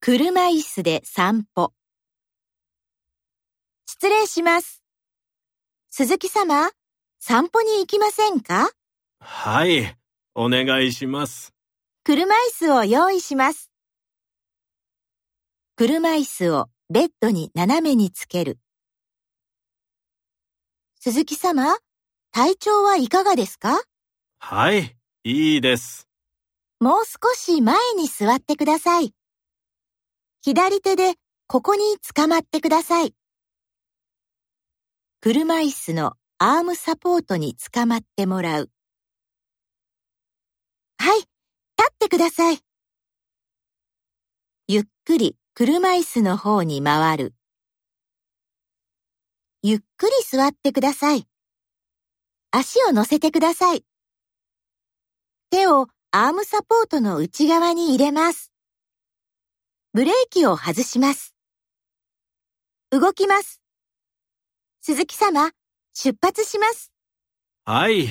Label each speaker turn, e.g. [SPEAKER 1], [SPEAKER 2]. [SPEAKER 1] 車椅子で散歩。失礼します。鈴木様、散歩に行きませんか
[SPEAKER 2] はい、お願いします。
[SPEAKER 1] 車椅子を用意します。車椅子をベッドに斜めにつける。鈴木様、体調はいかがですか
[SPEAKER 2] はい、いいです。
[SPEAKER 1] もう少し前に座ってください。左手でここに捕まってください。車椅子のアームサポートに捕まってもらう。はい、立ってください。ゆっくり車椅子の方に回る。ゆっくり座ってください。足を乗せてください。手をアームサポートの内側に入れます。ブレーキを外します。動きます。鈴木様、出発します。
[SPEAKER 2] はい、